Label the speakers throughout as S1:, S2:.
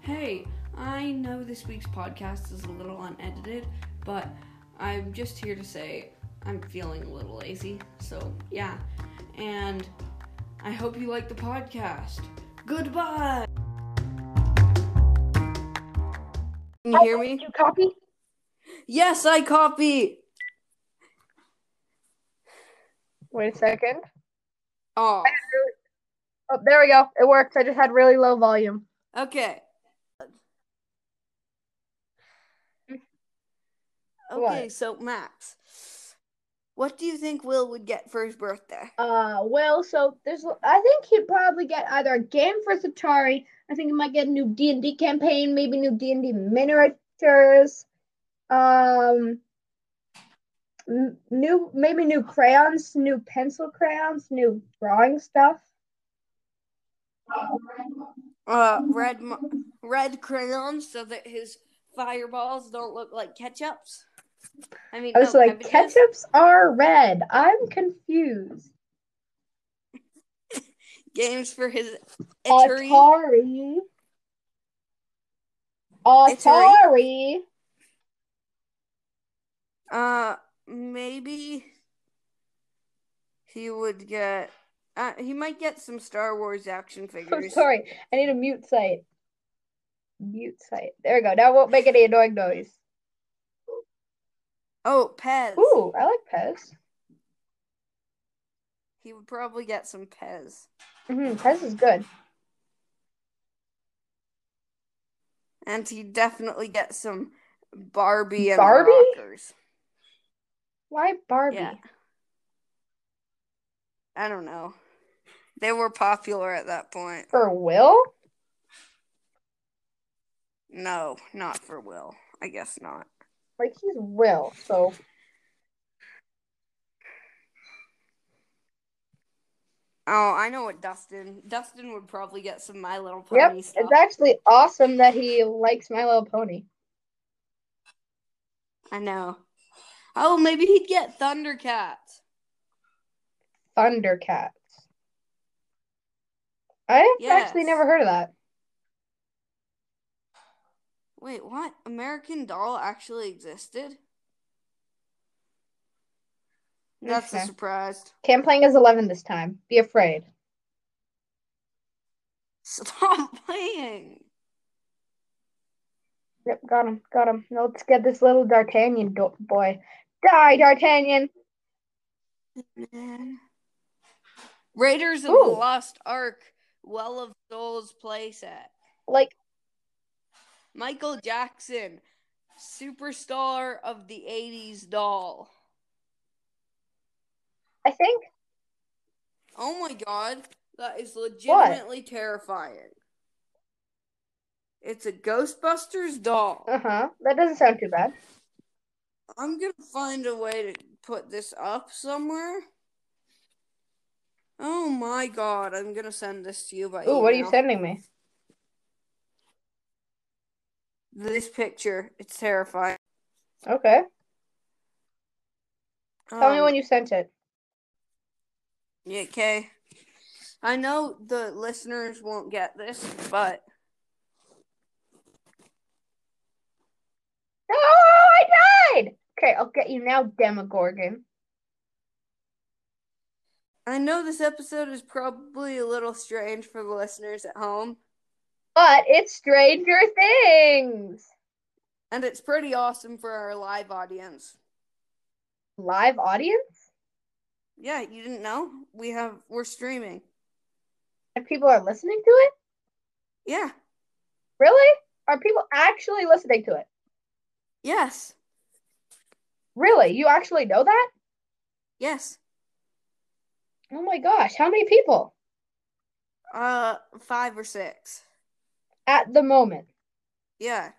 S1: Hey, I know this week's podcast is a little unedited, but I'm just here to say I'm feeling a little lazy. So, yeah. And I hope you like the podcast. Goodbye. Can you hear me?
S2: Oh, you copy?
S1: Yes, I copy.
S2: Wait a second.
S1: Oh,
S2: Oh, there we go. It works. I just had really low volume.
S1: okay. Okay,
S2: What?
S1: so Max, what do you think Will would get for his birthday?
S2: Uh, well, so there's. I think he'd probably get either a game for his Atari. I think he might get a new D and D campaign, maybe new D and D miniatures. Um, n- new maybe new crayons, new pencil crayons, new drawing stuff.
S1: uh red mo- red crayons so that his fireballs don't look like ketchups. I mean,
S2: I was
S1: no,
S2: like,
S1: cabbages.
S2: ketchups are red. I'm confused.
S1: games for his Atari.
S2: Atari. Atari.
S1: Uh, maybe he would get. Uh, he might get some Star Wars action
S2: I'm
S1: figures.
S2: sorry. I need a mute site. Mute site. There we go. Now it won't make any annoying noise.
S1: Oh, Pez.
S2: Ooh, I like Pez.
S1: He would probably get some Pez.
S2: hmm Pez is good.
S1: And he'd definitely get some Barbie and
S2: Barbie?
S1: rockers.
S2: Why Barbie?
S1: Yeah. I don't know. They were popular at that point.
S2: For Will?
S1: No, not for Will. I guess not.
S2: Like he's Will, so
S1: Oh, I know what Dustin. Dustin would probably get some My Little Pony
S2: Yep.
S1: stuff.
S2: It's actually awesome that he likes My Little Pony.
S1: I know. Oh, maybe he'd get Thundercats.
S2: Thundercats. I have actually
S1: Yes.
S2: never heard of that.
S1: Wait, what? American Doll actually existed? That's a
S2: Okay.
S1: surprise.
S2: Cam playing as eleven this time. Be afraid.
S1: Stop playing.
S2: Yep, got him, got him. Now let's get this little D'Artagnan do- boy. Die, D'Artagnan!
S1: Man. Raiders of the
S2: Ooh.
S1: Lost Ark, Well of Souls playset.
S2: Like,
S1: Michael Jackson, superstar of the 80s doll.
S2: I think
S1: Oh my god, that is legitimately terrifying. It's a Ghostbusters doll.
S2: Uh huh. That doesn't sound too bad.
S1: I'm gonna find a way to put this up somewhere. Oh my god, I'm gonna send this to you by
S2: Ooh, what are you
S1: email.
S2: sending me?
S1: This picture, it's terrifying.
S2: Okay. Tell me
S1: Um,
S2: when you sent it.
S1: Yeah, okay. I know the listeners won't get this, but
S2: No, I died! Okay, I'll get you now, Demogorgon.
S1: I know this episode is probably a little strange for the listeners at home,
S2: But it's Stranger Things!
S1: and it's pretty awesome for our live audience.
S2: Live audience?
S1: Yeah, you didn't know? We have we're streaming.
S2: And people are listening to it?
S1: Yeah.
S2: Really? Are people actually listening to it?
S1: Yes.
S2: Really? You actually know that?
S1: Yes.
S2: Oh my gosh, how many people
S1: Uh 5 or 6.
S2: at the moment?
S1: Yeah.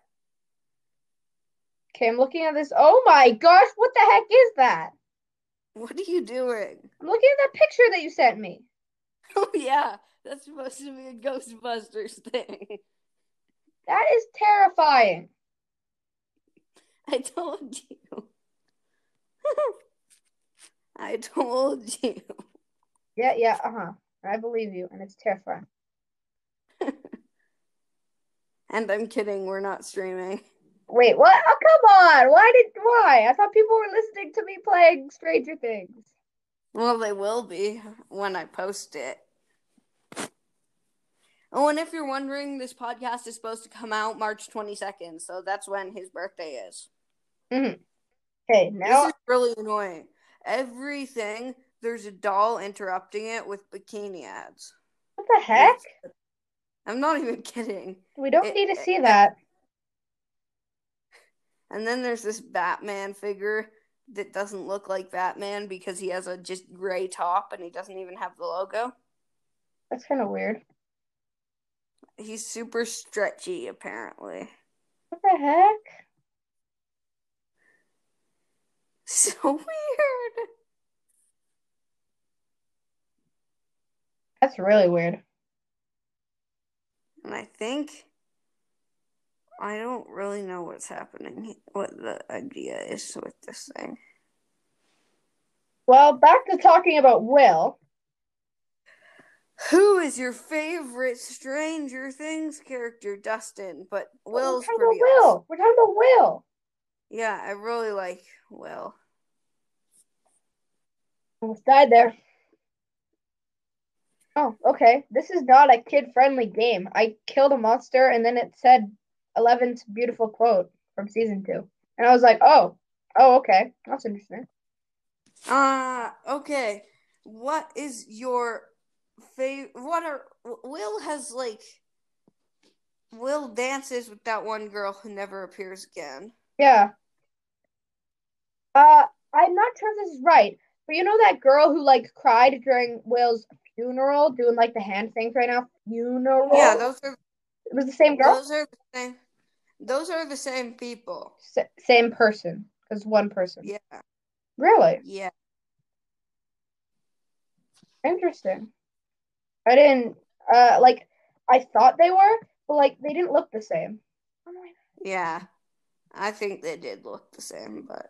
S2: Okay, I'm looking at this. Oh my gosh, what the heck is that?
S1: What are you doing?
S2: I'm looking at that picture that you sent me.
S1: Oh yeah, that's supposed to be a Ghostbusters thing.
S2: That is terrifying.
S1: I told you. I told you.
S2: Yeah, uh-huh. yeah, uh huh. I believe you, and it's terrifying.
S1: And I'm kidding, we're not streaming.
S2: Wait, what? Oh, come on. Why did why? I thought people were listening to me playing Stranger Things.
S1: Well, they will be when I post it. Oh, and if you're wondering, this podcast is supposed to come out March 22nd, so that's when his birthday is.
S2: Mhm. Okay,
S1: This
S2: now
S1: is really annoying. Everything, there's a doll interrupting it with bikini ads.
S2: what the heck?
S1: I'm not even kidding.
S2: We don't
S1: It-
S2: need to see
S1: it-
S2: that.
S1: And then there's this Batman figure that doesn't look like Batman because he has a just gray top and he doesn't even have the logo.
S2: That's kind of weird.
S1: He's super stretchy, apparently.
S2: What the heck?
S1: So weird.
S2: That's really weird.
S1: And I think I don't really know what's happening, what the idea is with this thing.
S2: Well, back to talking about Will.
S1: Who is your favorite Stranger Things character, Dustin? But Will's
S2: we're talking
S1: pretty
S2: about
S1: awesome.
S2: Will. We're talking about Will.
S1: Yeah, I really like Will.
S2: Almost died there. Oh, okay. This is not a kid-friendly game. I killed a monster, and then it said Eleven's beautiful quote from season two, and I was like, "Oh, oh, okay, that's interesting."
S1: Uh, okay. What is your favorite? What are Will has like? Will dances with that one girl who never appears again.
S2: Yeah. Uh, I'm not sure if this is right, but you know that girl who like cried during Will's funeral, doing like the hand things right now. Funeral.
S1: Yeah, those are
S2: it was the same girl,
S1: those are the same. Those are the same people.
S2: S- same person, because one person.
S1: Yeah,
S2: Really
S1: yeah.
S2: interesting. I didn't uh like I thought they were, but like they didn't look the same. I'm like,
S1: Yeah, I think they did look the same, but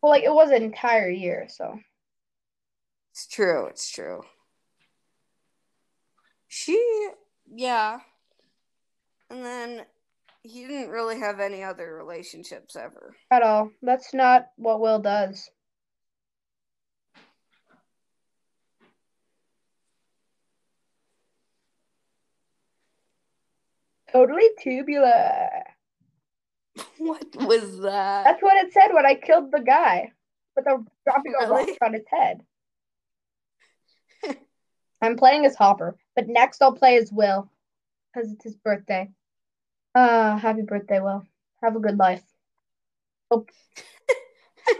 S2: Well, like it was an entire year, so
S1: it's true, it's true. She, yeah. And then he didn't really have any other relationships ever.
S2: at all. That's not what Will does. Totally tubular.
S1: What was that?
S2: That's what it said when I killed the guy with a dropping a rock
S1: Really?
S2: on his head. I'm playing as Hopper, but next I'll play as Will because it's his birthday. Uh, happy birthday, Will. Have a good life. Oh.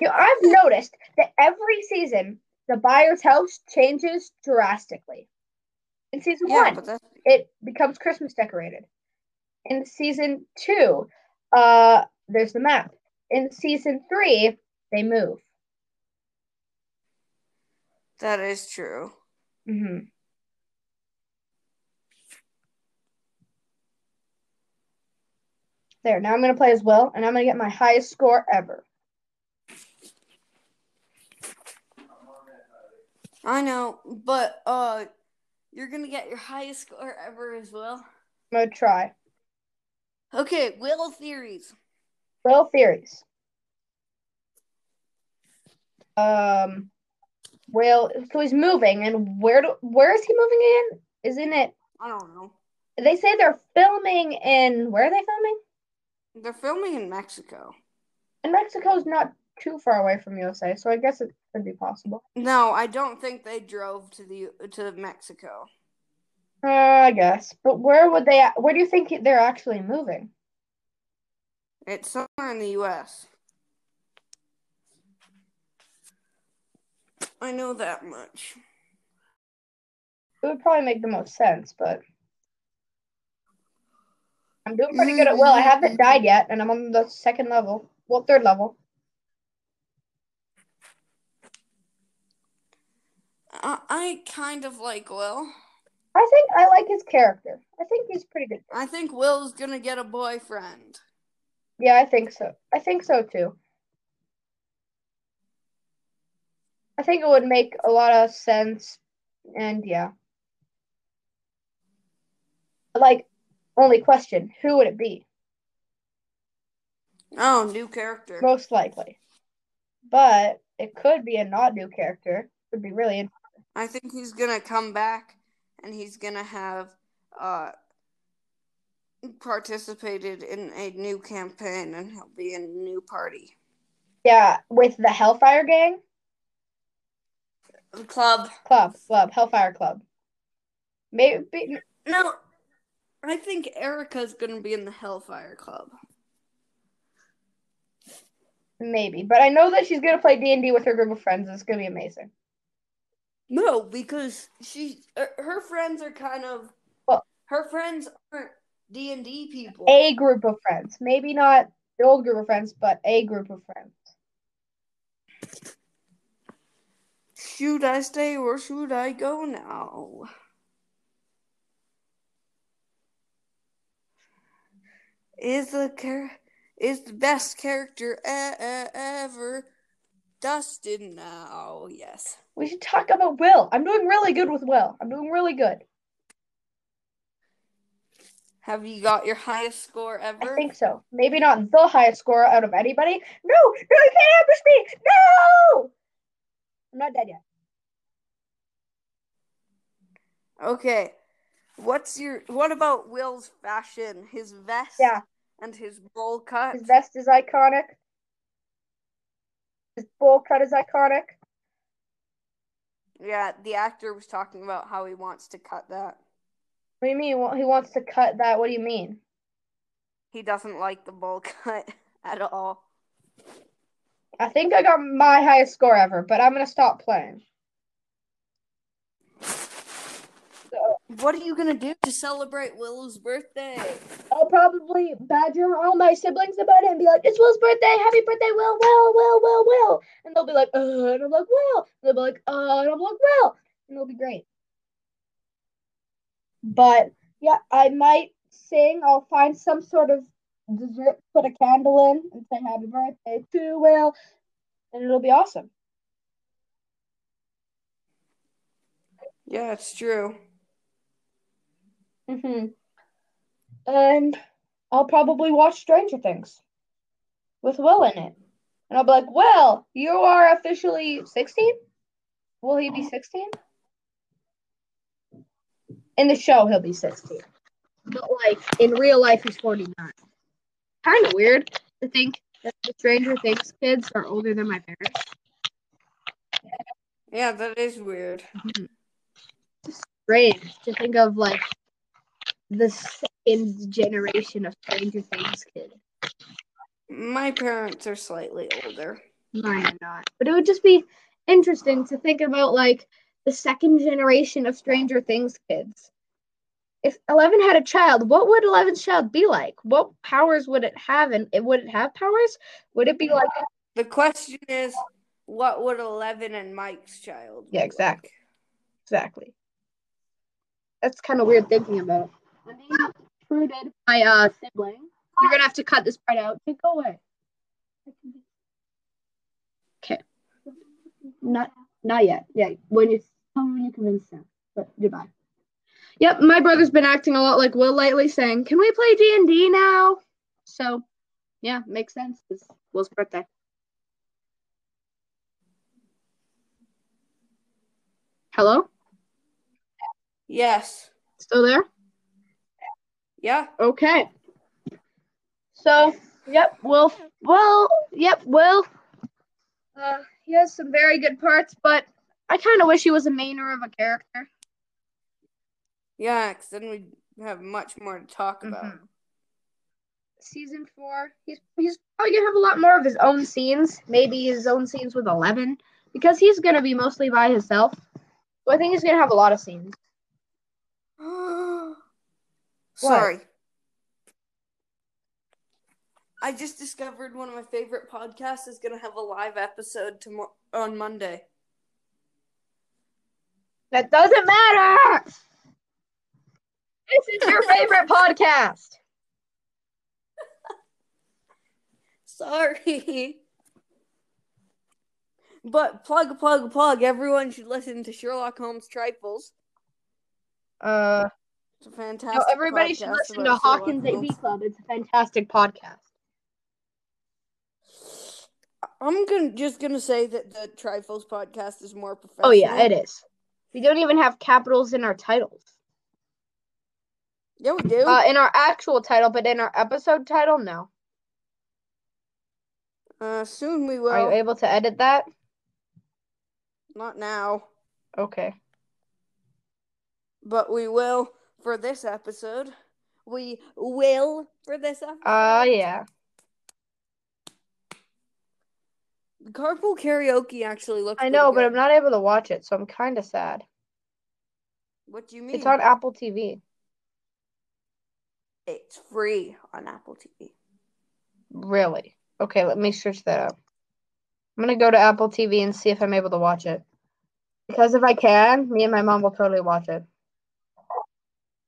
S2: You know, I've noticed that every season the buyer's house changes drastically. In season
S1: Yeah,
S2: one,
S1: but that's
S2: it becomes Christmas decorated. In season two, uh, there's the map. In season three, they move.
S1: that is true.
S2: hmm There. Now I'm gonna play as Will, and I'm gonna get my highest score ever.
S1: I know, but uh, you're gonna get your highest score ever as well.
S2: I'm gonna try.
S1: Okay, Will theories.
S2: Will theories. Um, Will. So he's moving, and where do where is he moving in? Isn't it?
S1: I don't know.
S2: They say they're filming in. Where are they filming?
S1: They're filming in Mexico.
S2: And Mexico's not too far away from USA, so I guess it could be possible.
S1: No, I don't think they drove to the to Mexico.
S2: Uh, I guess. But where would they? Where do you think they're actually moving?
S1: It's somewhere in the U.S. I know that much.
S2: It would probably make the most sense, but I'm doing pretty good at will. I haven't died yet, and I'm on the second level. Well, third level.
S1: I, I kind of like Will.
S2: I think I like his character. I think he's pretty good.
S1: I think Will's gonna get a boyfriend.
S2: Yeah, I think so. I think so too. I think it would make a lot of sense, and yeah. Like, Only question: Who would it be?
S1: Oh, new character.
S2: Most likely, but it could be a not new character. Would be really interesting.
S1: I think he's gonna come back and he's gonna have uh participated in a new campaign and he'll be in a new party.
S2: Yeah, with the Hellfire Gang
S1: The club.
S2: Club, Club, Hellfire Club. Maybe
S1: No. I think Erica's gonna be in the Hellfire Club.
S2: Maybe, but I know that she's gonna play D and D with her group of friends. It's gonna be amazing.
S1: No, because she er, her friends are kind of
S2: Well-
S1: her friends aren't D and D people.
S2: A group of friends, maybe not the old group of friends, but a group of friends.
S1: Should I stay or should I go now? Is the char- is the best character e- e- ever Dustin now? Yes.
S2: We should talk about Will. I'm doing really good with Will. I'm doing really good.
S1: Have you got your highest score ever?
S2: I think so. Maybe not the highest score out of anybody. No, no, you can't ambush me. No, I'm not dead yet.
S1: Okay. What's your what about Will's fashion? His vest
S2: Yeah.
S1: and his bowl cut.
S2: His vest is iconic. His bowl cut is iconic.
S1: Yeah, the actor was talking about how he wants to cut that.
S2: What do you mean? Well, He wants to cut that. What do you mean?
S1: He doesn't like the bowl cut at all.
S2: I think I got my highest score ever, but I'm gonna stop playing. So
S1: What are you gonna do to celebrate Willow's birthday?
S2: I'll probably badger all my siblings about it and be like, "It's Will's birthday! Happy birthday, Will! Will! Will! Will! Will!" And they'll be like, "Uh," and I'm like, "Will!" And they'll be like, "Uh," and I'm like, "Will!" And it'll be great. But yeah, I might sing. I'll find some sort of dessert, put a candle in, and say "Happy birthday to Will," and it'll be awesome.
S1: Yeah, it's true.
S2: Mm-hmm. And I'll probably watch Stranger Things with Will in it. And I'll be like, Will, you are officially 16? Will he be 16? In the show, he'll be 16. But, like, in real life, he's 49. Kind of weird to think that the Stranger Things kids are older than my parents.
S1: Yeah, that is weird.
S2: Strange to think of, like, the second generation of Stranger Things kids.
S1: My parents are slightly older.
S2: Mine are not. But it would just be interesting to think about like the second generation of Stranger Things kids. If Eleven had a child, what would Eleven's child be like? What powers would it have? And it would it have powers? Would it be like
S1: The question is, what would Eleven and Mike's child?
S2: Yeah,
S1: be
S2: exact-
S1: like?
S2: exactly? That's kind of weird thinking about. I'm being uprooted by a sibling. You're gonna have to cut this part out. Take it away. Okay. Not not yet. Yeah. When you tell me when you convince them. But goodbye. Yep, my brother's been acting a lot like Will lately, saying, "Can we play D and D now?" So, yeah, makes sense. It's Will's birthday. Hello,
S1: Yes.
S2: still there?
S1: Yeah.
S2: Okay. So, yep, Will. Will. Yep, Will. Uh, he has some very good parts, but I kind of wish he was a mainer of a character.
S1: Yeah, 'cause then we'd have much more to talk about.
S2: Mhm. Season four, he's he's probably gonna have a lot more of his own scenes. Maybe his own scenes with Eleven, because he's gonna be mostly by himself. So I think he's gonna have a lot of scenes.
S1: Sorry. I just discovered one of my favorite podcasts is going to have a live episode tomorrow on Monday.
S2: That doesn't matter. This is your favorite podcast.
S1: Sorry. But plug, plug, plug. Everyone should listen to Sherlock Holmes Trifles.
S2: Uh,
S1: It's a fantastic.
S2: So everybody should
S1: podcast
S2: listen
S1: about
S2: to
S1: so what
S2: Hawkins
S1: else.
S2: AV Club. It's a fantastic podcast.
S1: I'm gonna just gonna say that the Trifles podcast is more professional.
S2: Oh yeah, it is. We don't even have capitals in our titles.
S1: Yeah, we do.
S2: Uh, in our actual title, but in our episode title, no.
S1: Uh, soon we will.
S2: Are you able to edit that?
S1: Not now,
S2: Okay.
S1: but we will for this episode. We will for this episode.
S2: Uh yeah.
S1: Carpool karaoke actually looks.
S2: I know, but
S1: pretty
S2: I'm
S1: good.
S2: not able to watch it, so I'm kind of sad.
S1: What do you mean?
S2: It's on Apple TV.
S1: It's free on Apple TV.
S2: Really? Okay, let me search that up. I'm gonna go to Apple TV and see if I'm able to watch it. Because if I can, me and my mom will totally watch it.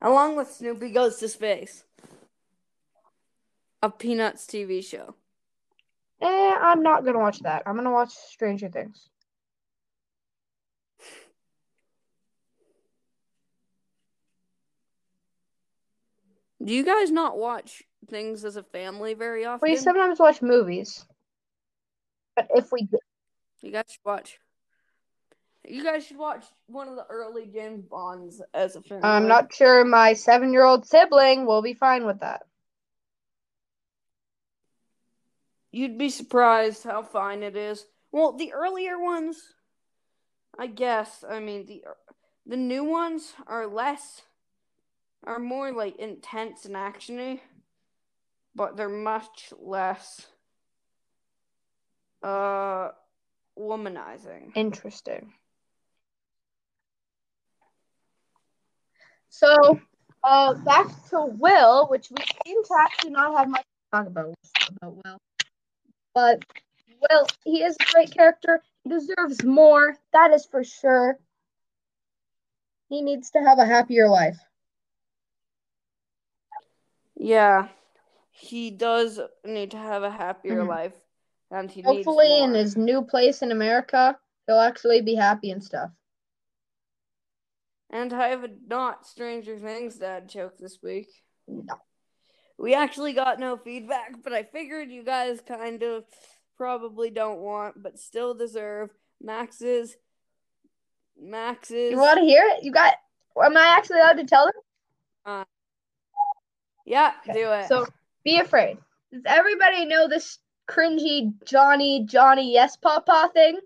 S1: Along with Snoopy Goes to Space, a Peanuts TV show.
S2: Eh, I'm not gonna watch that. I'm gonna watch Stranger Things.
S1: Do you guys not watch things as a family very often?
S2: We sometimes watch movies, but if we do,
S1: You guys should watch. You guys should watch one of the early James Bonds as a family.
S2: I'm not sure my seven-year-old sibling will be fine with that.
S1: You'd be surprised how fine it is. Well, the earlier ones, I guess. I mean the the new ones are less, are more like intense and actiony, but they're much less. Uh, womanizing.
S2: Interesting. So, uh, back to Will, which we seem to actually not have much to talk about about Will, but Will, he is a great character. He deserves more. That is for sure. He needs to have a happier life.
S1: Yeah, he does need to have a happier
S2: Mhm.
S1: life, and he
S2: Hopefully,
S1: needs
S2: in
S1: more.
S2: his new place in America, he'll actually be happy and stuff.
S1: And I have a not Stranger Things dad joke this week.
S2: No.
S1: We actually got no feedback, but I figured you guys kind of probably don't want, but still deserve Max's. Max's.
S2: You want to hear it? You got? Am I actually allowed to tell them?
S1: Yeah,
S2: Okay,
S1: do it.
S2: So be afraid. Does everybody know this cringy Johnny Johnny Yes Papa thing?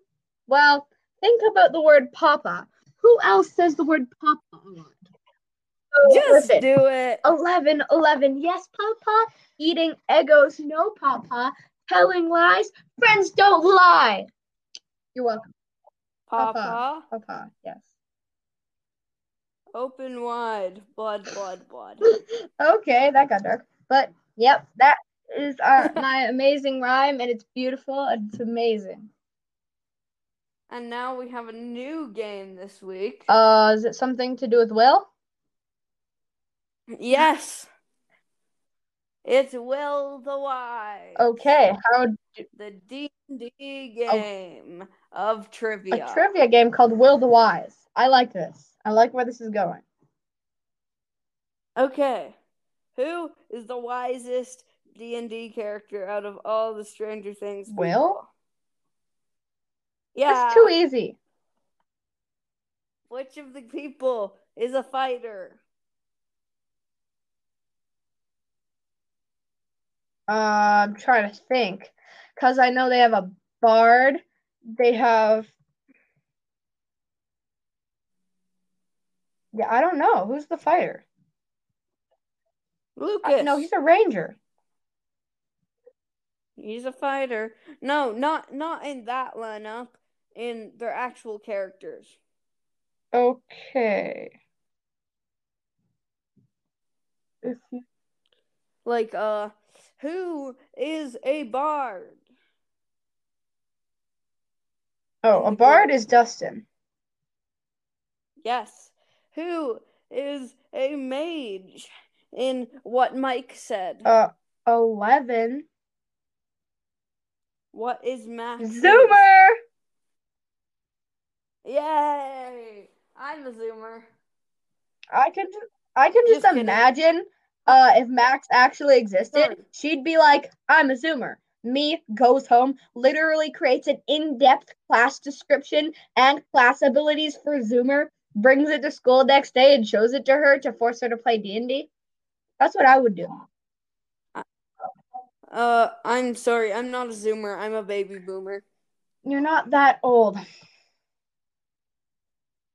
S2: Well, think about the word Papa. Who else says the word Papa a lot? So
S1: just
S2: listen. Oh,
S1: do it.
S2: 11 11 yes papa eating egos no papa telling lies friends don't lie you're welcome uh-huh.
S1: Papa,
S2: papa yes
S1: open wide. Blood, blood, blood.
S2: okay, that got dark. But yep, that is our my amazing rhyme, and it's beautiful and it's amazing.
S1: and now we have a new game this week.
S2: Uh, is it something to do with Will?
S1: Yes. It's Will the Wise.
S2: Okay, how
S1: The D&D game of trivia.
S2: a trivia game called Will the Wise. I like this. I like where this is going.
S1: okay. Who is the wisest D&D character out of all the Stranger Things? people?
S2: Will?
S1: Yeah.
S2: It's too easy.
S1: Which of the people is a fighter?
S2: Uh, I'm trying to think, cause I know they have a bard. They have. Yeah, I don't know who's the fighter.
S1: Lucas.
S2: Uh, no, he's a ranger.
S1: He's a fighter. No, not not in that lineup. In their actual characters.
S2: Okay. If you
S1: Like uh who is a bard?
S2: oh, a
S1: the
S2: bard
S1: group.
S2: is Dustin.
S1: Yes. Who is a mage in what Mike said?
S2: Uh, eleven.
S1: what is Max?
S2: Zoomer.
S1: Yay! I'm a zoomer.
S2: I could. I can just,
S1: Just kidding.
S2: imagine uh, if Max actually existed,
S1: Sorry.
S2: she'd be like, I'm a Zoomer. Me goes home, literally creates an in depth class description and class abilities for Zoomer, brings it to school next day and shows it to her to force her to play D&D. That's what I would do.
S1: Uh, I'm sorry. I'm not a Zoomer. I'm a baby boomer.
S2: You're not that old.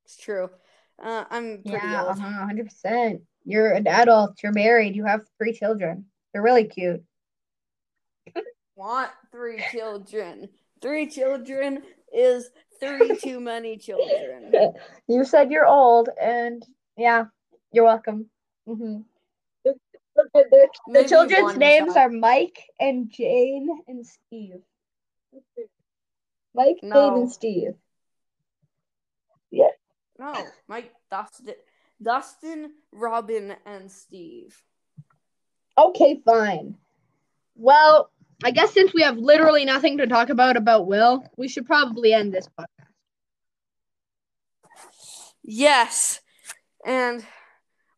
S1: It's true. Uh, I'm pretty
S2: Yeah,
S1: old.
S2: uh-huh, 100%. You're an adult, you're married, you have three children. They're really cute.
S1: Want three children? Three children is three too many children.
S2: you said you're old, and yeah, you're welcome. hmm The, the- the- the
S1: Maybe
S2: children's
S1: one
S2: names
S1: child.
S2: are Mike and Jane and Steve. Mike, Jane,
S1: No.
S2: and Steve.
S1: No, Mike, Dustin, Dustin, Robin, and Steve.
S2: Okay, fine. Well, I guess since we have literally nothing to talk about about Will, we should probably end this podcast.
S1: Yes. And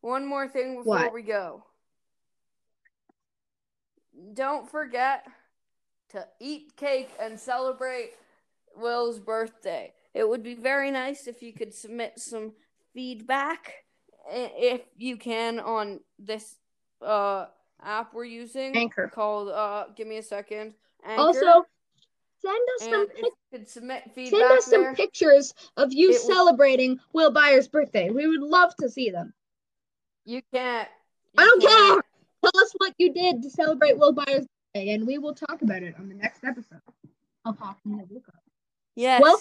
S1: one more thing before
S2: What?
S1: we go. Don't forget to eat cake and celebrate Will's birthday. It would be very nice if you could submit some feedback i- if you can on this uh app we're using
S2: Anchor.
S1: called uh give me a second Anchor.
S2: Also, send us some
S1: and if you could submit feedback
S2: Send us some
S1: there.
S2: pictures of you
S1: It was-
S2: celebrating Will Byers' birthday. We would love to see them.
S1: you can't
S2: I
S1: you
S2: don't
S1: can't.
S2: care. Tell us what you did to celebrate Will Byers' birthday, and we will talk about it on the next episode. I'll pop in the book up.
S1: Yes.
S2: Well-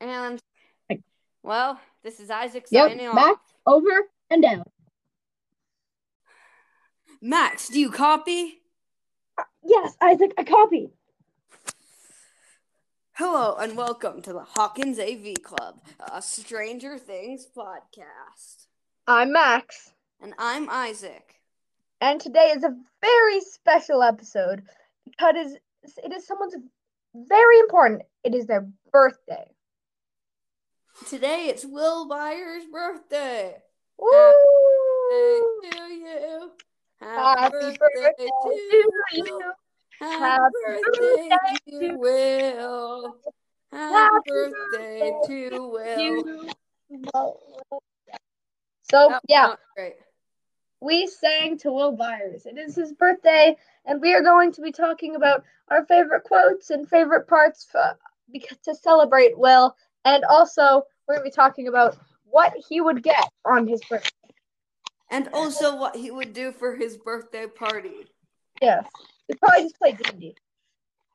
S1: and
S2: Thanks.
S1: well, this is Isaac
S2: Yep,
S1: signing off.
S2: Max. Over and out.
S1: Max, do you copy?
S2: Yes, Isaac, I copy.
S1: Hello and welcome to the Hawkins AV Club, a Stranger Things podcast.
S2: I'm Max,
S1: And I'm Isaac.
S2: and today is a very special episode because it is someone's very important. It is their birthday.
S1: Today it's Will Byers' birthday. Day
S2: Woo!
S1: to you.
S2: Happy birthday to you.
S1: Happy,
S2: Happy
S1: birthday,
S2: birthday to-
S1: to Will. Happy,
S2: Happy
S1: birthday,
S2: birthday
S1: to Will.
S2: So
S1: That
S2: yeah,
S1: was Great.
S2: we sang to Will Byers. It is his birthday, and we are going to be talking about our favorite quotes and favorite parts for, because to celebrate Will, and also we're going to be talking about what he would get on his birthday.
S1: And also what he would do for his birthday party.
S2: Yes, we probably just play D&D.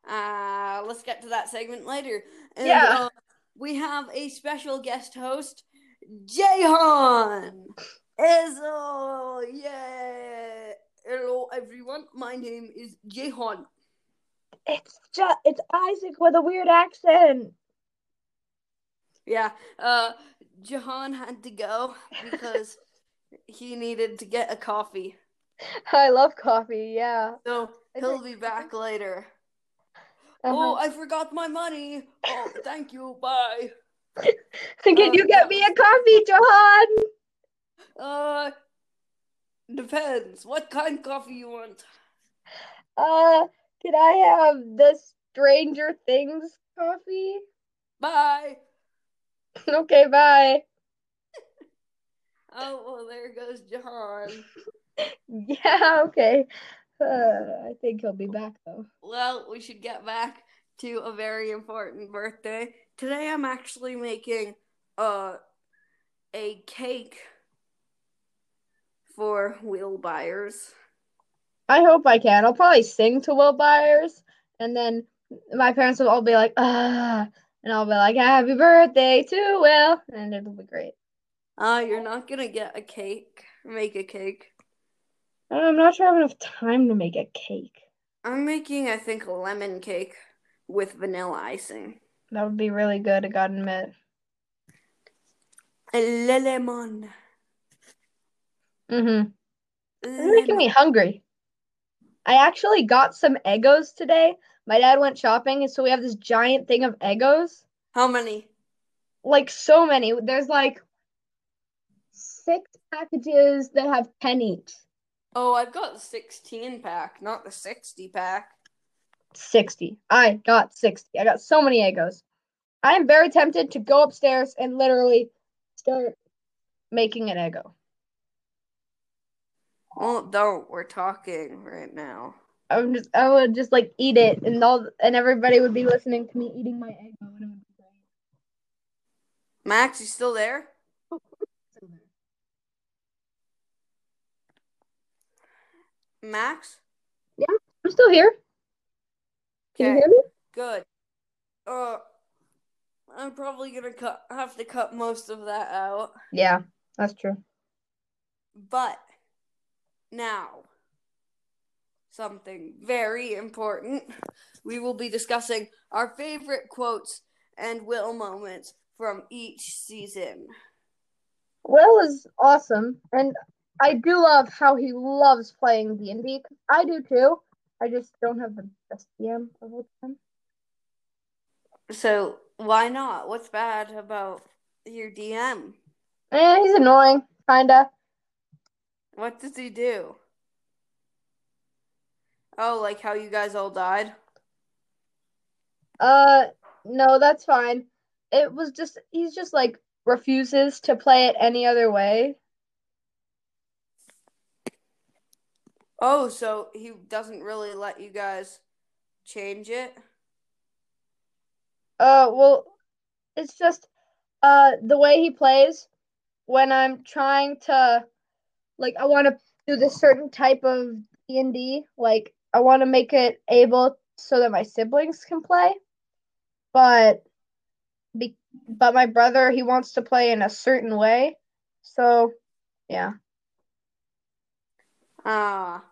S1: Uh, let's get to that segment later. And,
S2: Yeah.
S1: uh, we have a special guest host, Jehan. Izzo, yeah. Hello, everyone. My name is Jehan.
S2: It's just it's Isaac with a weird accent.
S1: Yeah. Uh, Jehan had to go because he needed to get a coffee.
S2: I love coffee. Yeah.
S1: So
S2: I
S1: he'll be
S2: think-
S1: back later.
S2: Uh-huh.
S1: Oh, I forgot my money. Oh, thank you. Bye.
S2: Can you get me a coffee, Johan?
S1: Uh, depends. What kind of coffee you want?
S2: Uh, can I have the Stranger Things coffee?
S1: Bye.
S2: Okay, bye.
S1: Oh, well, there goes John.
S2: Yeah, okay. Uh, I think he'll be back though.
S1: Well, we should get back to a very important birthday. Today, I'm actually making uh a cake for Will Byers.
S2: I hope I can. I'll probably sing to Will Byers, and then my parents will all be like, ah, and I'll be like, happy birthday to Will, and it'll be great.
S1: Uh, you're not gonna get a cake. Make a cake.
S2: I'm not sure I have enough time to make a cake.
S1: I'm making, I think, a lemon cake with vanilla icing.
S2: That would be really good, I gotta admit.
S1: A lemon.
S2: Mm-hmm. It's making me hungry. I actually got some Eggos today. My dad went shopping, and so we have this giant thing of Eggos.
S1: How many?
S2: Like so many. There's like six packages that have 10 each.
S1: Oh, I've got the 16 pack, not the 60 pack.
S2: 60. I got 60. I got so many Egos. I am very tempted to go upstairs and literally start making an Eggo.
S1: Well, don't. We're talking right now.
S2: I would just, I would just like eat it, and all, and everybody would be listening to me eating my Eggo, and it would be great.
S1: Max, you still there? Max?
S2: I'm still here. Can you
S1: Okay,
S2: hear me?
S1: good. Uh, I'm probably gonna cut, have to cut most of that out.
S2: Yeah, that's true.
S1: But now, something very important. We will be discussing our favorite quotes and will moments from each season.
S2: Will is awesome, and I do love how he loves playing D and D. I do too. I just don't have the best DM of all time.
S1: So, why not? What's bad about your DM?
S2: Eh, he's annoying, kinda.
S1: What does he do? Oh, like how you guys all died?
S2: Uh, no, that's fine. It was just he's just like refuses to play it any other way.
S1: Oh, so he doesn't really let you guys change it?
S2: Uh, well, it's just uh the way he plays when I'm trying to like I want to do this certain type of D&D, like I want to make it able so that my siblings can play, but be, but my brother he wants to play in a certain way. So, yeah.
S1: Ah.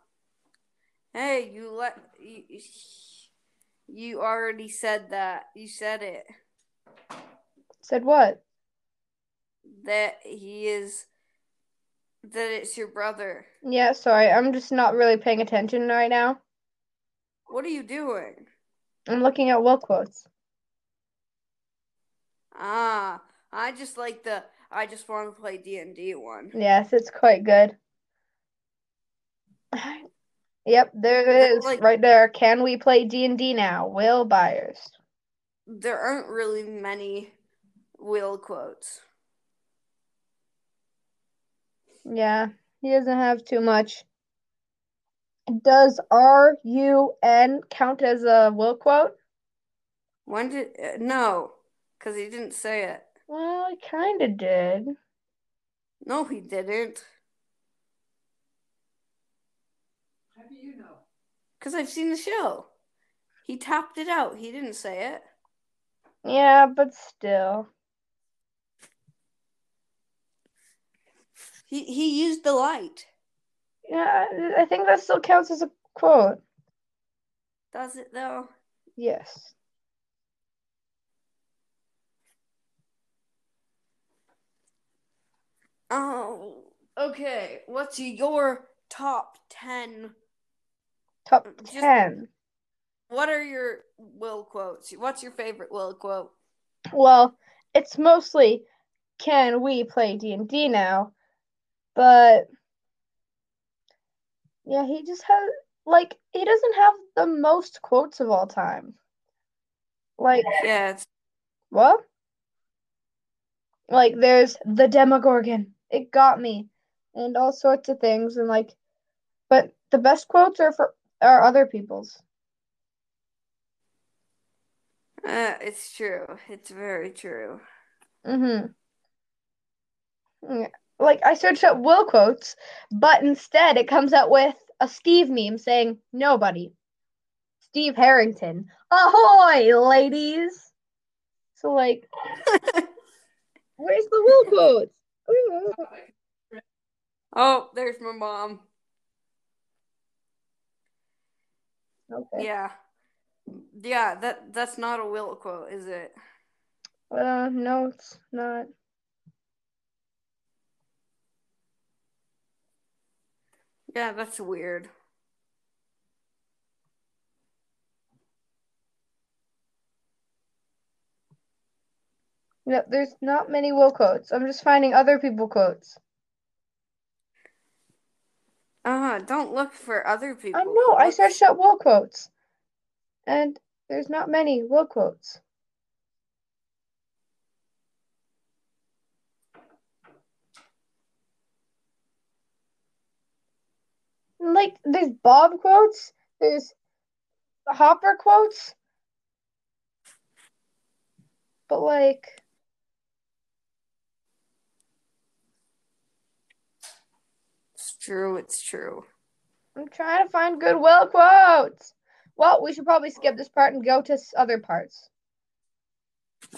S1: Hey, you let you, you already said that. You said it.
S2: Said what?
S1: That he is that it's your brother.
S2: Yeah, sorry. I'm just not really paying attention right now.
S1: What are you doing?
S2: I'm looking at will quotes.
S1: Ah, I just like the I just want to play D&D one.
S2: Yes, it's quite good. Yep, there it is,
S1: Like-
S2: right there. Can we play D&D now? Will Byers.
S1: There aren't really many will quotes.
S2: Yeah, he doesn't have too much. Does R-U-N count as a will quote?
S1: When did uh, no, cuz he didn't say it.
S2: Well, it kind of did.
S1: No, he didn't.
S3: How do you know?
S1: Because I've seen the show. He tapped it out. He didn't say it.
S2: Yeah, but still.
S1: He he used the light.
S2: Yeah, I- I think that still counts as a quote.
S1: Does it though?
S2: Yes.
S1: Oh, okay. What's your top ten?
S2: Top
S1: Just-
S2: 10.
S1: What are your will quotes? What's your favorite will quote?
S2: Well, it's mostly can we play D&D now? But yeah, he just has like he doesn't have the most quotes of all time. Like
S1: Yeah, it's
S2: what? Like there's the Demogorgon. It got me and all sorts of things and like but the best quotes are for are other people's.
S1: uh, it's true. It's very true.
S2: Mm-hmm. Like I searched up Will quotes, but instead it comes out with a Steve meme saying nobody. Steve Harrington. Ahoy, ladies. So like where's the Will quotes?
S1: Oh, there's my mom.
S2: Okay.
S1: Yeah, yeah. That that's not a will quote, is it?
S2: Uh, no, it's not.
S1: Yeah, that's weird.
S2: No, there's not many Will quotes. I'm just finding other people quotes.
S1: Uh, don't look for other people.
S2: I know. I
S1: Look-
S2: searched up will quotes, and there's not many will quotes. Like, there's Bob quotes, there's Hopper quotes, but like,
S1: It's true. It's true.
S2: I'm trying to find good will quotes. Well, we should probably skip this part and go to s- other parts.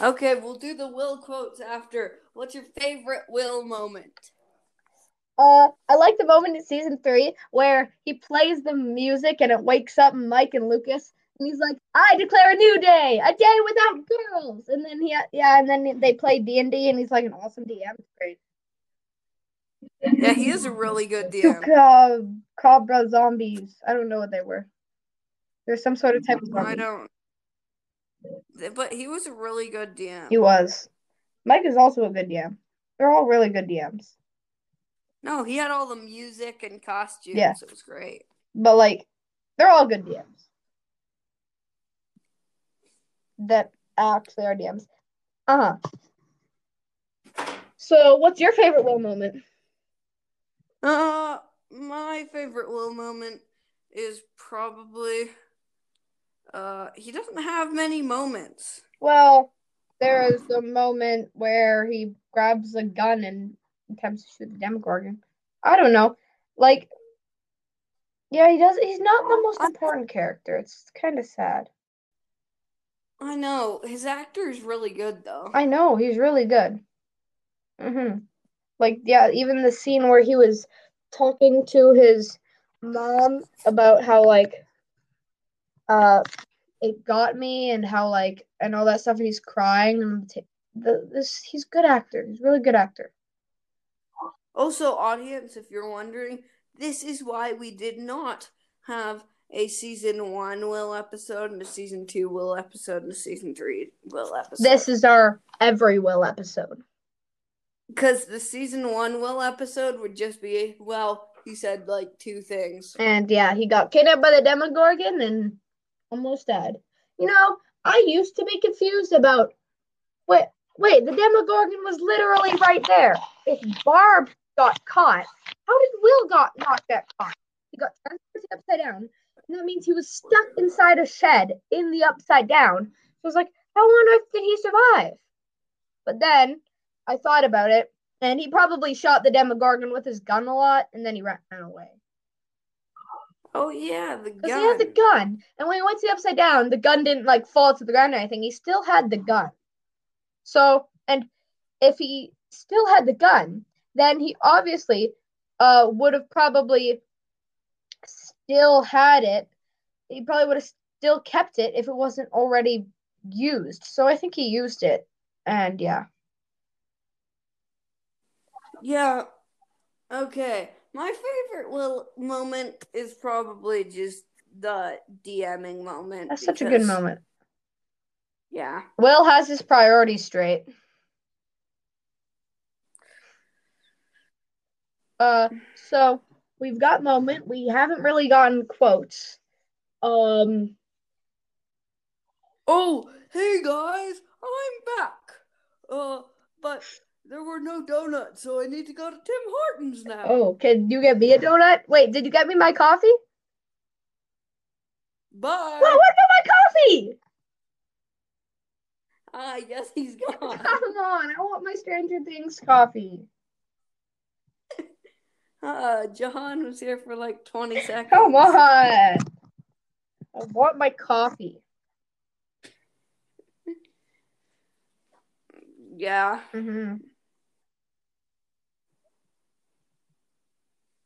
S1: Okay, we'll do the Will quotes after. What's your favorite Will moment?
S2: Uh, I like the moment in season three where he plays the music and it wakes up Mike and Lucas, and he's like, "I declare a new day, a day without girls." And then he, yeah, and then they play D and D, and he's like an awesome DM. It's great.
S1: Yeah, he is a really good DM.
S2: Chupacabra cabra zombies. I don't know what they were. There's some sort of type of
S1: I
S2: zombie.
S1: don't. But he was a really good DM.
S2: He was. Mike is also a good DM. They're all really good DMs.
S1: No, he had all the music and costumes.
S2: Yeah.
S1: It was great.
S2: But like, they're all good DMs. That actually are DMs. Uh huh. So, what's your favorite Will moment?
S1: Uh, my favorite Will moment is probably. Uh, he doesn't have many moments.
S2: Well, there is the moment where he grabs a gun and attempts to shoot the Demogorgon. I don't know. Like, yeah, he does. He's not the most important character. It's kind of sad.
S1: I know his actor is really good though.
S2: I know he's really good. hmm Like yeah, even the scene where he was talking to his mom about how like uh it got me and how like and all that stuff and he's crying and t- the, this he's a good actor. He's a really good actor.
S1: Also, audience, if you're wondering, this is why we did not have a season one Will episode and a season two Will episode and a season three Will episode.
S2: This is our every will episode.
S1: because the season one Will episode would just be well, he said like two things.
S2: And yeah, he got kidnapped by the Demogorgon and almost died. You know, I used to be confused about wait, wait, the Demogorgon was literally right there. If Barb got caught, how did Will got not get caught? He got transported upside down, and that means he was stuck inside a shed in the upside down. So I was like, how on earth did he survive? But then I thought about it, and he probably shot the Demogorgon with his gun a lot, and then he ran away.
S1: Oh yeah, the
S2: Because he had the
S1: gun.
S2: gun. And when he went to the upside down, the gun didn't like fall to the ground or anything. He still had the gun. So and if he still had the gun, then he obviously uh would have probably still had it. He probably would have still kept it if it wasn't already used. So I think he used it. And yeah.
S1: Yeah. Okay. My favorite Will moment is probably just the DMing moment.
S2: That's such a good
S1: because-
S2: moment.
S1: Yeah.
S2: Will has his priorities straight. Uh, so we've got moment. We haven't really gotten quotes. Um,
S1: Oh, hey guys, I'm back. Uh, but there were no donuts, so I need to go to Tim Hortons now.
S2: oh, can you get me a donut? Wait, did you get me my coffee?
S1: Bye.
S2: Well, what about my coffee?
S1: Ah, yes, he's gone.
S2: Come on, I want my Stranger Things coffee.
S1: Uh, Jahan was here for like 20 seconds.
S2: Come on. I want my coffee.
S1: Yeah.
S2: Mm-hmm.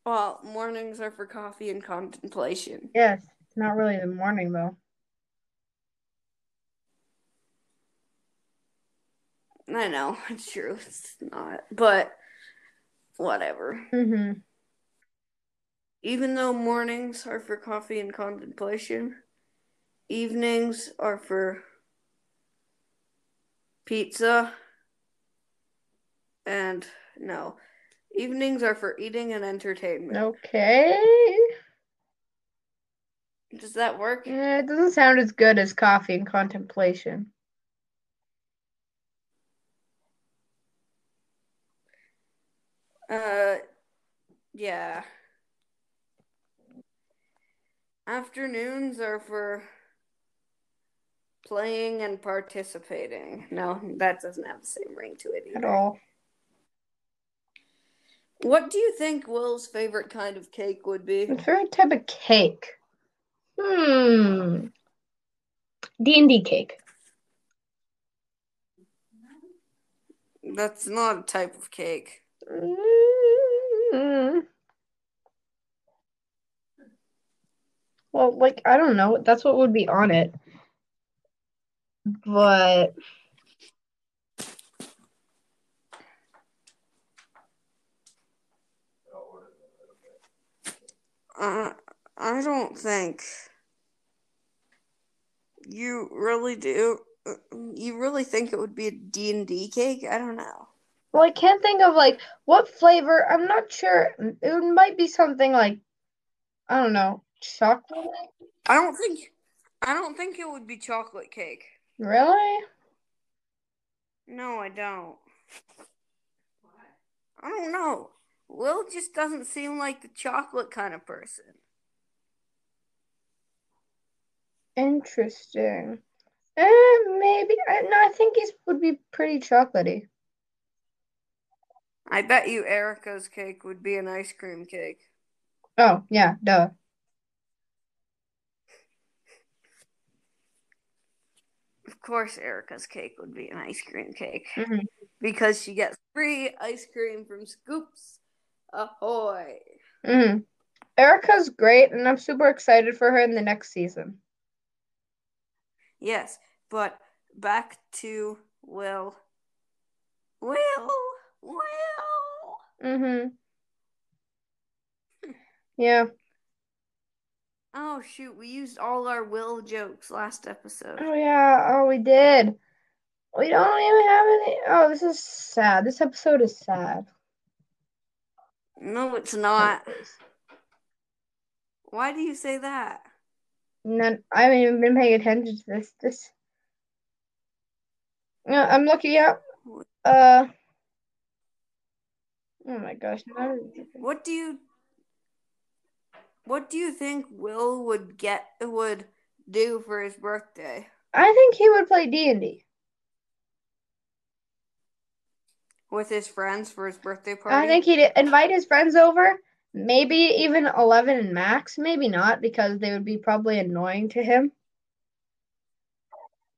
S1: Well, mornings are for coffee and contemplation.
S2: Yes, it's not really the morning though.
S1: I know, it's true. It's not, but whatever.
S2: Mm-hmm.
S1: Even though mornings are for coffee and contemplation, evenings are for pizza and no, Evenings are for eating and entertainment.
S2: Okay.
S1: Does that work?
S2: Yeah, it doesn't sound as good as coffee and contemplation.
S1: Uh, yeah. Afternoons are for playing and participating. No, that doesn't have the same ring to it
S2: At
S1: either.
S2: all.
S1: What do you think Will's favorite kind of cake would be?
S2: It's very type of cake. Hmm. D and D cake.
S1: That's not a type of cake.
S2: Mm. Well, like I don't know. That's what would be on it. But
S1: Uh, I don't think. You really do. Uh, You really think it would be a D&D cake? I don't know.
S2: well, I can't think of like what flavor. I'm not sure. It might be something like I don't know, chocolate.
S1: I don't think I don't think it would be chocolate cake.
S2: Really?
S1: No, I don't. I don't know. Will just doesn't seem like the chocolate kind of person.
S2: Interesting. Eh, maybe. I, no, I think it would be pretty chocolatey.
S1: I bet you Erica's cake would be an ice cream cake.
S2: Oh, yeah, duh.
S1: Of course, Erica's cake would be an ice cream cake
S2: Mhm.
S1: because she gets free ice cream from Scoops Ahoy.
S2: hmm Erica's great, and I'm super excited for her in the next season.
S1: Yes, but back to Will. Will, Will.
S2: Mm-hmm. Yeah.
S1: Oh shoot, we used all our Will jokes last episode.
S2: Oh, yeah. Oh, we did. We don't even have any. Oh, this is sad. This episode is sad.
S1: No, it's not. Why do you say that?
S2: None, I haven't even been paying attention to this. This. Yeah, I'm looking up. Uh. Oh my gosh. now it's-
S1: What do you What do you think Will would get would do for his birthday?
S2: I think he would play D and D.
S1: With his friends for his birthday party?
S2: I think he'd invite his friends over. Maybe even Eleven and Max. Maybe not because they would be probably annoying to him.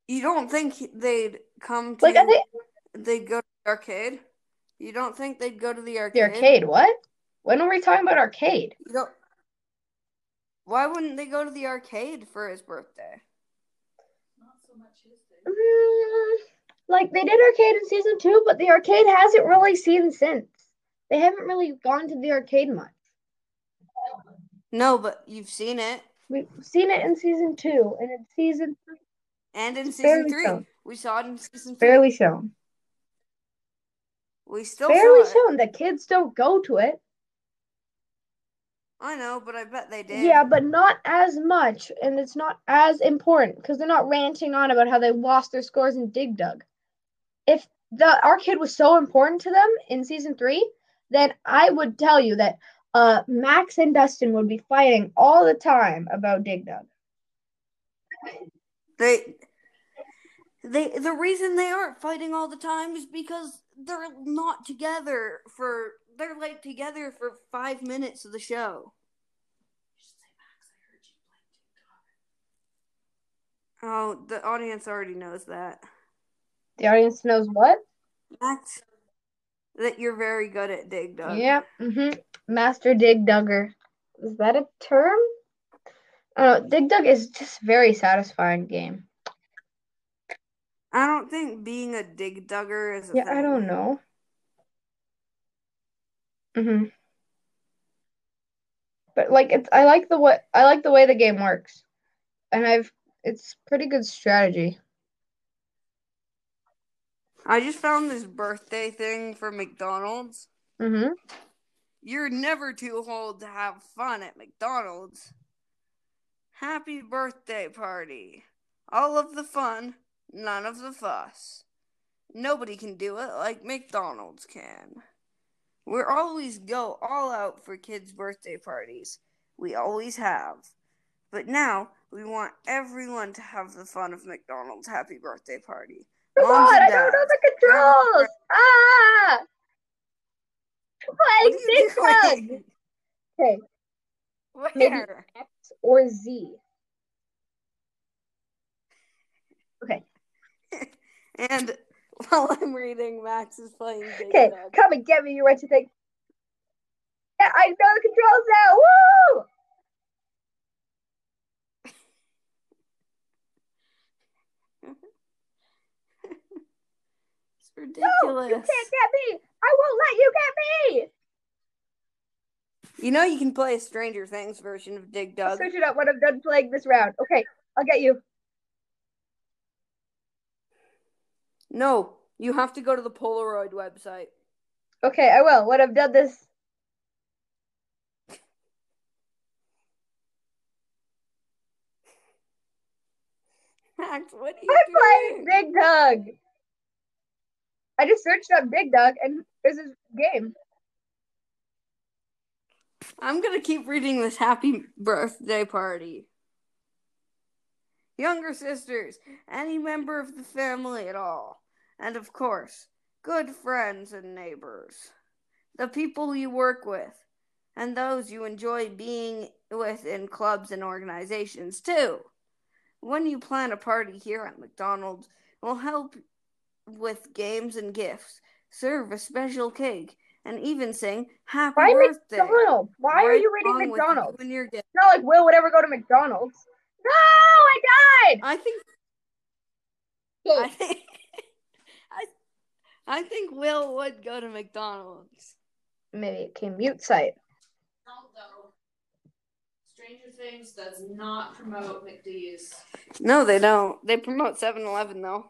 S1: you don't think he- they'd come to
S2: Like I think
S1: they'd go to the arcade? You don't think they'd go to the arcade?
S2: the arcade. What? When were we talking about arcade?
S1: You don't Why wouldn't they go to the arcade for his birthday?
S4: Not so much his thing.
S2: Mm, like they did arcade in season two, but the arcade hasn't really seen since. They haven't really gone to the arcade much.
S1: No, but you've seen it.
S2: We've seen it in season two, and in season three,
S1: And in season
S2: Barely
S1: three.
S2: shown.
S1: We saw it in season three.
S2: barely shown.
S1: We still
S2: barely
S1: saw it.
S2: shown. The kids don't go to it.
S1: I know, but I bet they did.
S2: Yeah, but not as much, and it's not as important because they're not ranting on about how they lost their scores in Dig Dug. If the arcade was so important to them in season three, then I would tell you that uh, Max and Dustin would be fighting all the time about Dig Dug.
S1: They they the reason they aren't fighting all the time is because they're not together for they're like together for five minutes of the show.
S4: You should say, Max, I heard you playing TikTok.
S1: Oh, the audience already knows that.
S2: The audience knows what?
S1: Max that you're very good at dig dug.
S2: Yeah. hmm Master Dig Dugger. Is that a term? Uh, Dig Dug is just very satisfying game.
S1: I don't think being a dig dugger is a
S2: Yeah, I
S1: thing.
S2: don't know. hmm But like it's I like the what I like the way the game works. And I've it's pretty good strategy.
S1: I just found this birthday thing for McDonald's
S2: Mm-hmm.
S1: You're never too old to have fun at McDonald's. Happy birthday party. All of the fun, none of the fuss. Nobody can do it like McDonald's can. We always go all out for kids' birthday parties. We always have. But now we want everyone to have the fun of McDonald's happy birthday party.
S2: Come
S1: Moms
S2: on,
S1: and
S2: I don't know the controls. Ah!
S1: What
S2: Play
S1: are you
S2: this one.
S1: doing?
S2: Okay, Maybe-
S1: Where?
S2: X or Z.
S1: And while I'm reading, Max is playing Dig
S2: Okay,
S1: Dug.
S2: come and get me. You right to think. Yeah, I know the controls now. Woo!
S1: It's
S2: No,
S1: ridiculous.
S2: you can't get me. I won't let you get me.
S1: You know you can play a Stranger Things version of Dig
S2: I'll
S1: Dug.
S2: switch it up when I'm done playing this round. Okay, I'll get you.
S1: No, you have to go to the Polaroid website.
S2: Okay, I will when I've done this.
S1: Max, what are you
S2: I'm playing
S1: doing?
S2: Big Dog. I just searched up Big Dog and there's this game.
S1: I'm gonna keep reading this happy birthday party. Younger sisters, any member of the family at all, and of course, good friends and neighbors, the people you work with, and those you enjoy being with in clubs and organizations too. When you plan a party here at McDonald's, we'll help with games and gifts, serve a special cake, and even sing happy
S2: Why
S1: birthday.
S2: McDonald's. Why are
S1: Right
S2: you reading
S1: along with
S2: McDonald's?
S1: you and your gift.
S2: It's not like Will would ever go to McDonald's. No, I died.
S1: I think I
S2: Okay,
S1: think I, I think Will would go to McDonald's.
S2: Maybe it came mute site.
S3: Although, Stranger Things does not promote McDee's.
S1: No, they don't. They promote 7-Eleven though.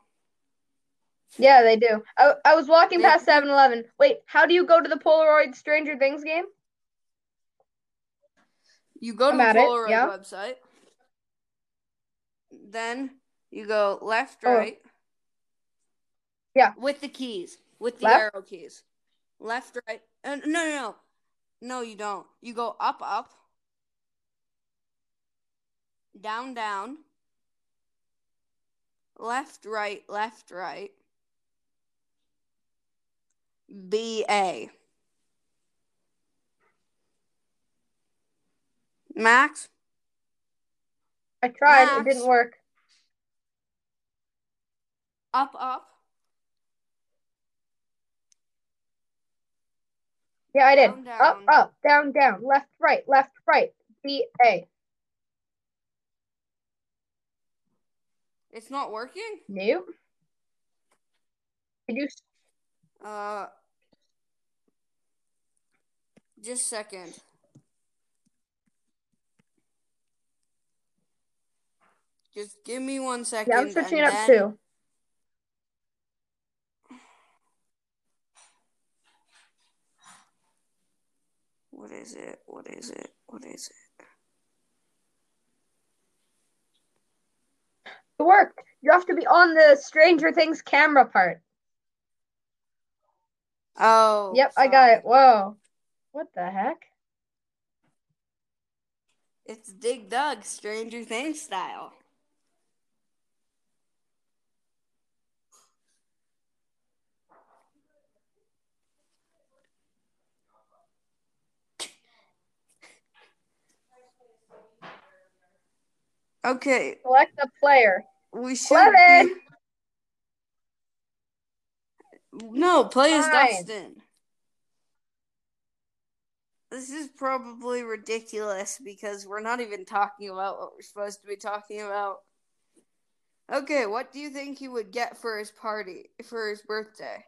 S2: Yeah, they do. I, I was walking
S1: They-
S2: past 7 Eleven. Wait, how do you go to the Polaroid Stranger Things game?
S1: You go to
S2: I'm
S1: the
S2: at it,
S1: Polaroid
S2: yeah.
S1: website. Then you go left,
S2: Oh.
S1: right.
S2: Yeah.
S1: With the keys, with the
S2: Left?
S1: arrow keys. Left, right. Uh, no, no, no. No, you don't. You go up, up. Down, down. Left, right, left, right. B A. Max,
S2: I tried, it
S1: Max.
S2: didn't work.
S1: up, up.
S2: Yeah, I did.
S1: Down,
S2: Up,
S1: down.
S2: up, down, down, left, right, left, right, B A.
S1: It's not working.
S2: Nope. Did you
S1: Uh, just second. Just give me one second.
S2: Yeah, I'm switching it
S1: and
S2: up
S1: then-
S2: too.
S1: What is it? What is it? What is it?
S2: It worked. You have to be on the Stranger Things camera part.
S1: Oh.
S2: yep, I got
S1: sorry.
S2: it. Whoa. What the heck?
S1: It's Dig Dug, Stranger Things style. Okay,
S2: Select the player.
S1: we should.
S2: Eleven.
S1: be- No, play as
S2: Fine.
S1: Dustin. This is probably ridiculous because we're not even talking about what we're supposed to be talking about. Okay, what do you think he would get for his party for his birthday?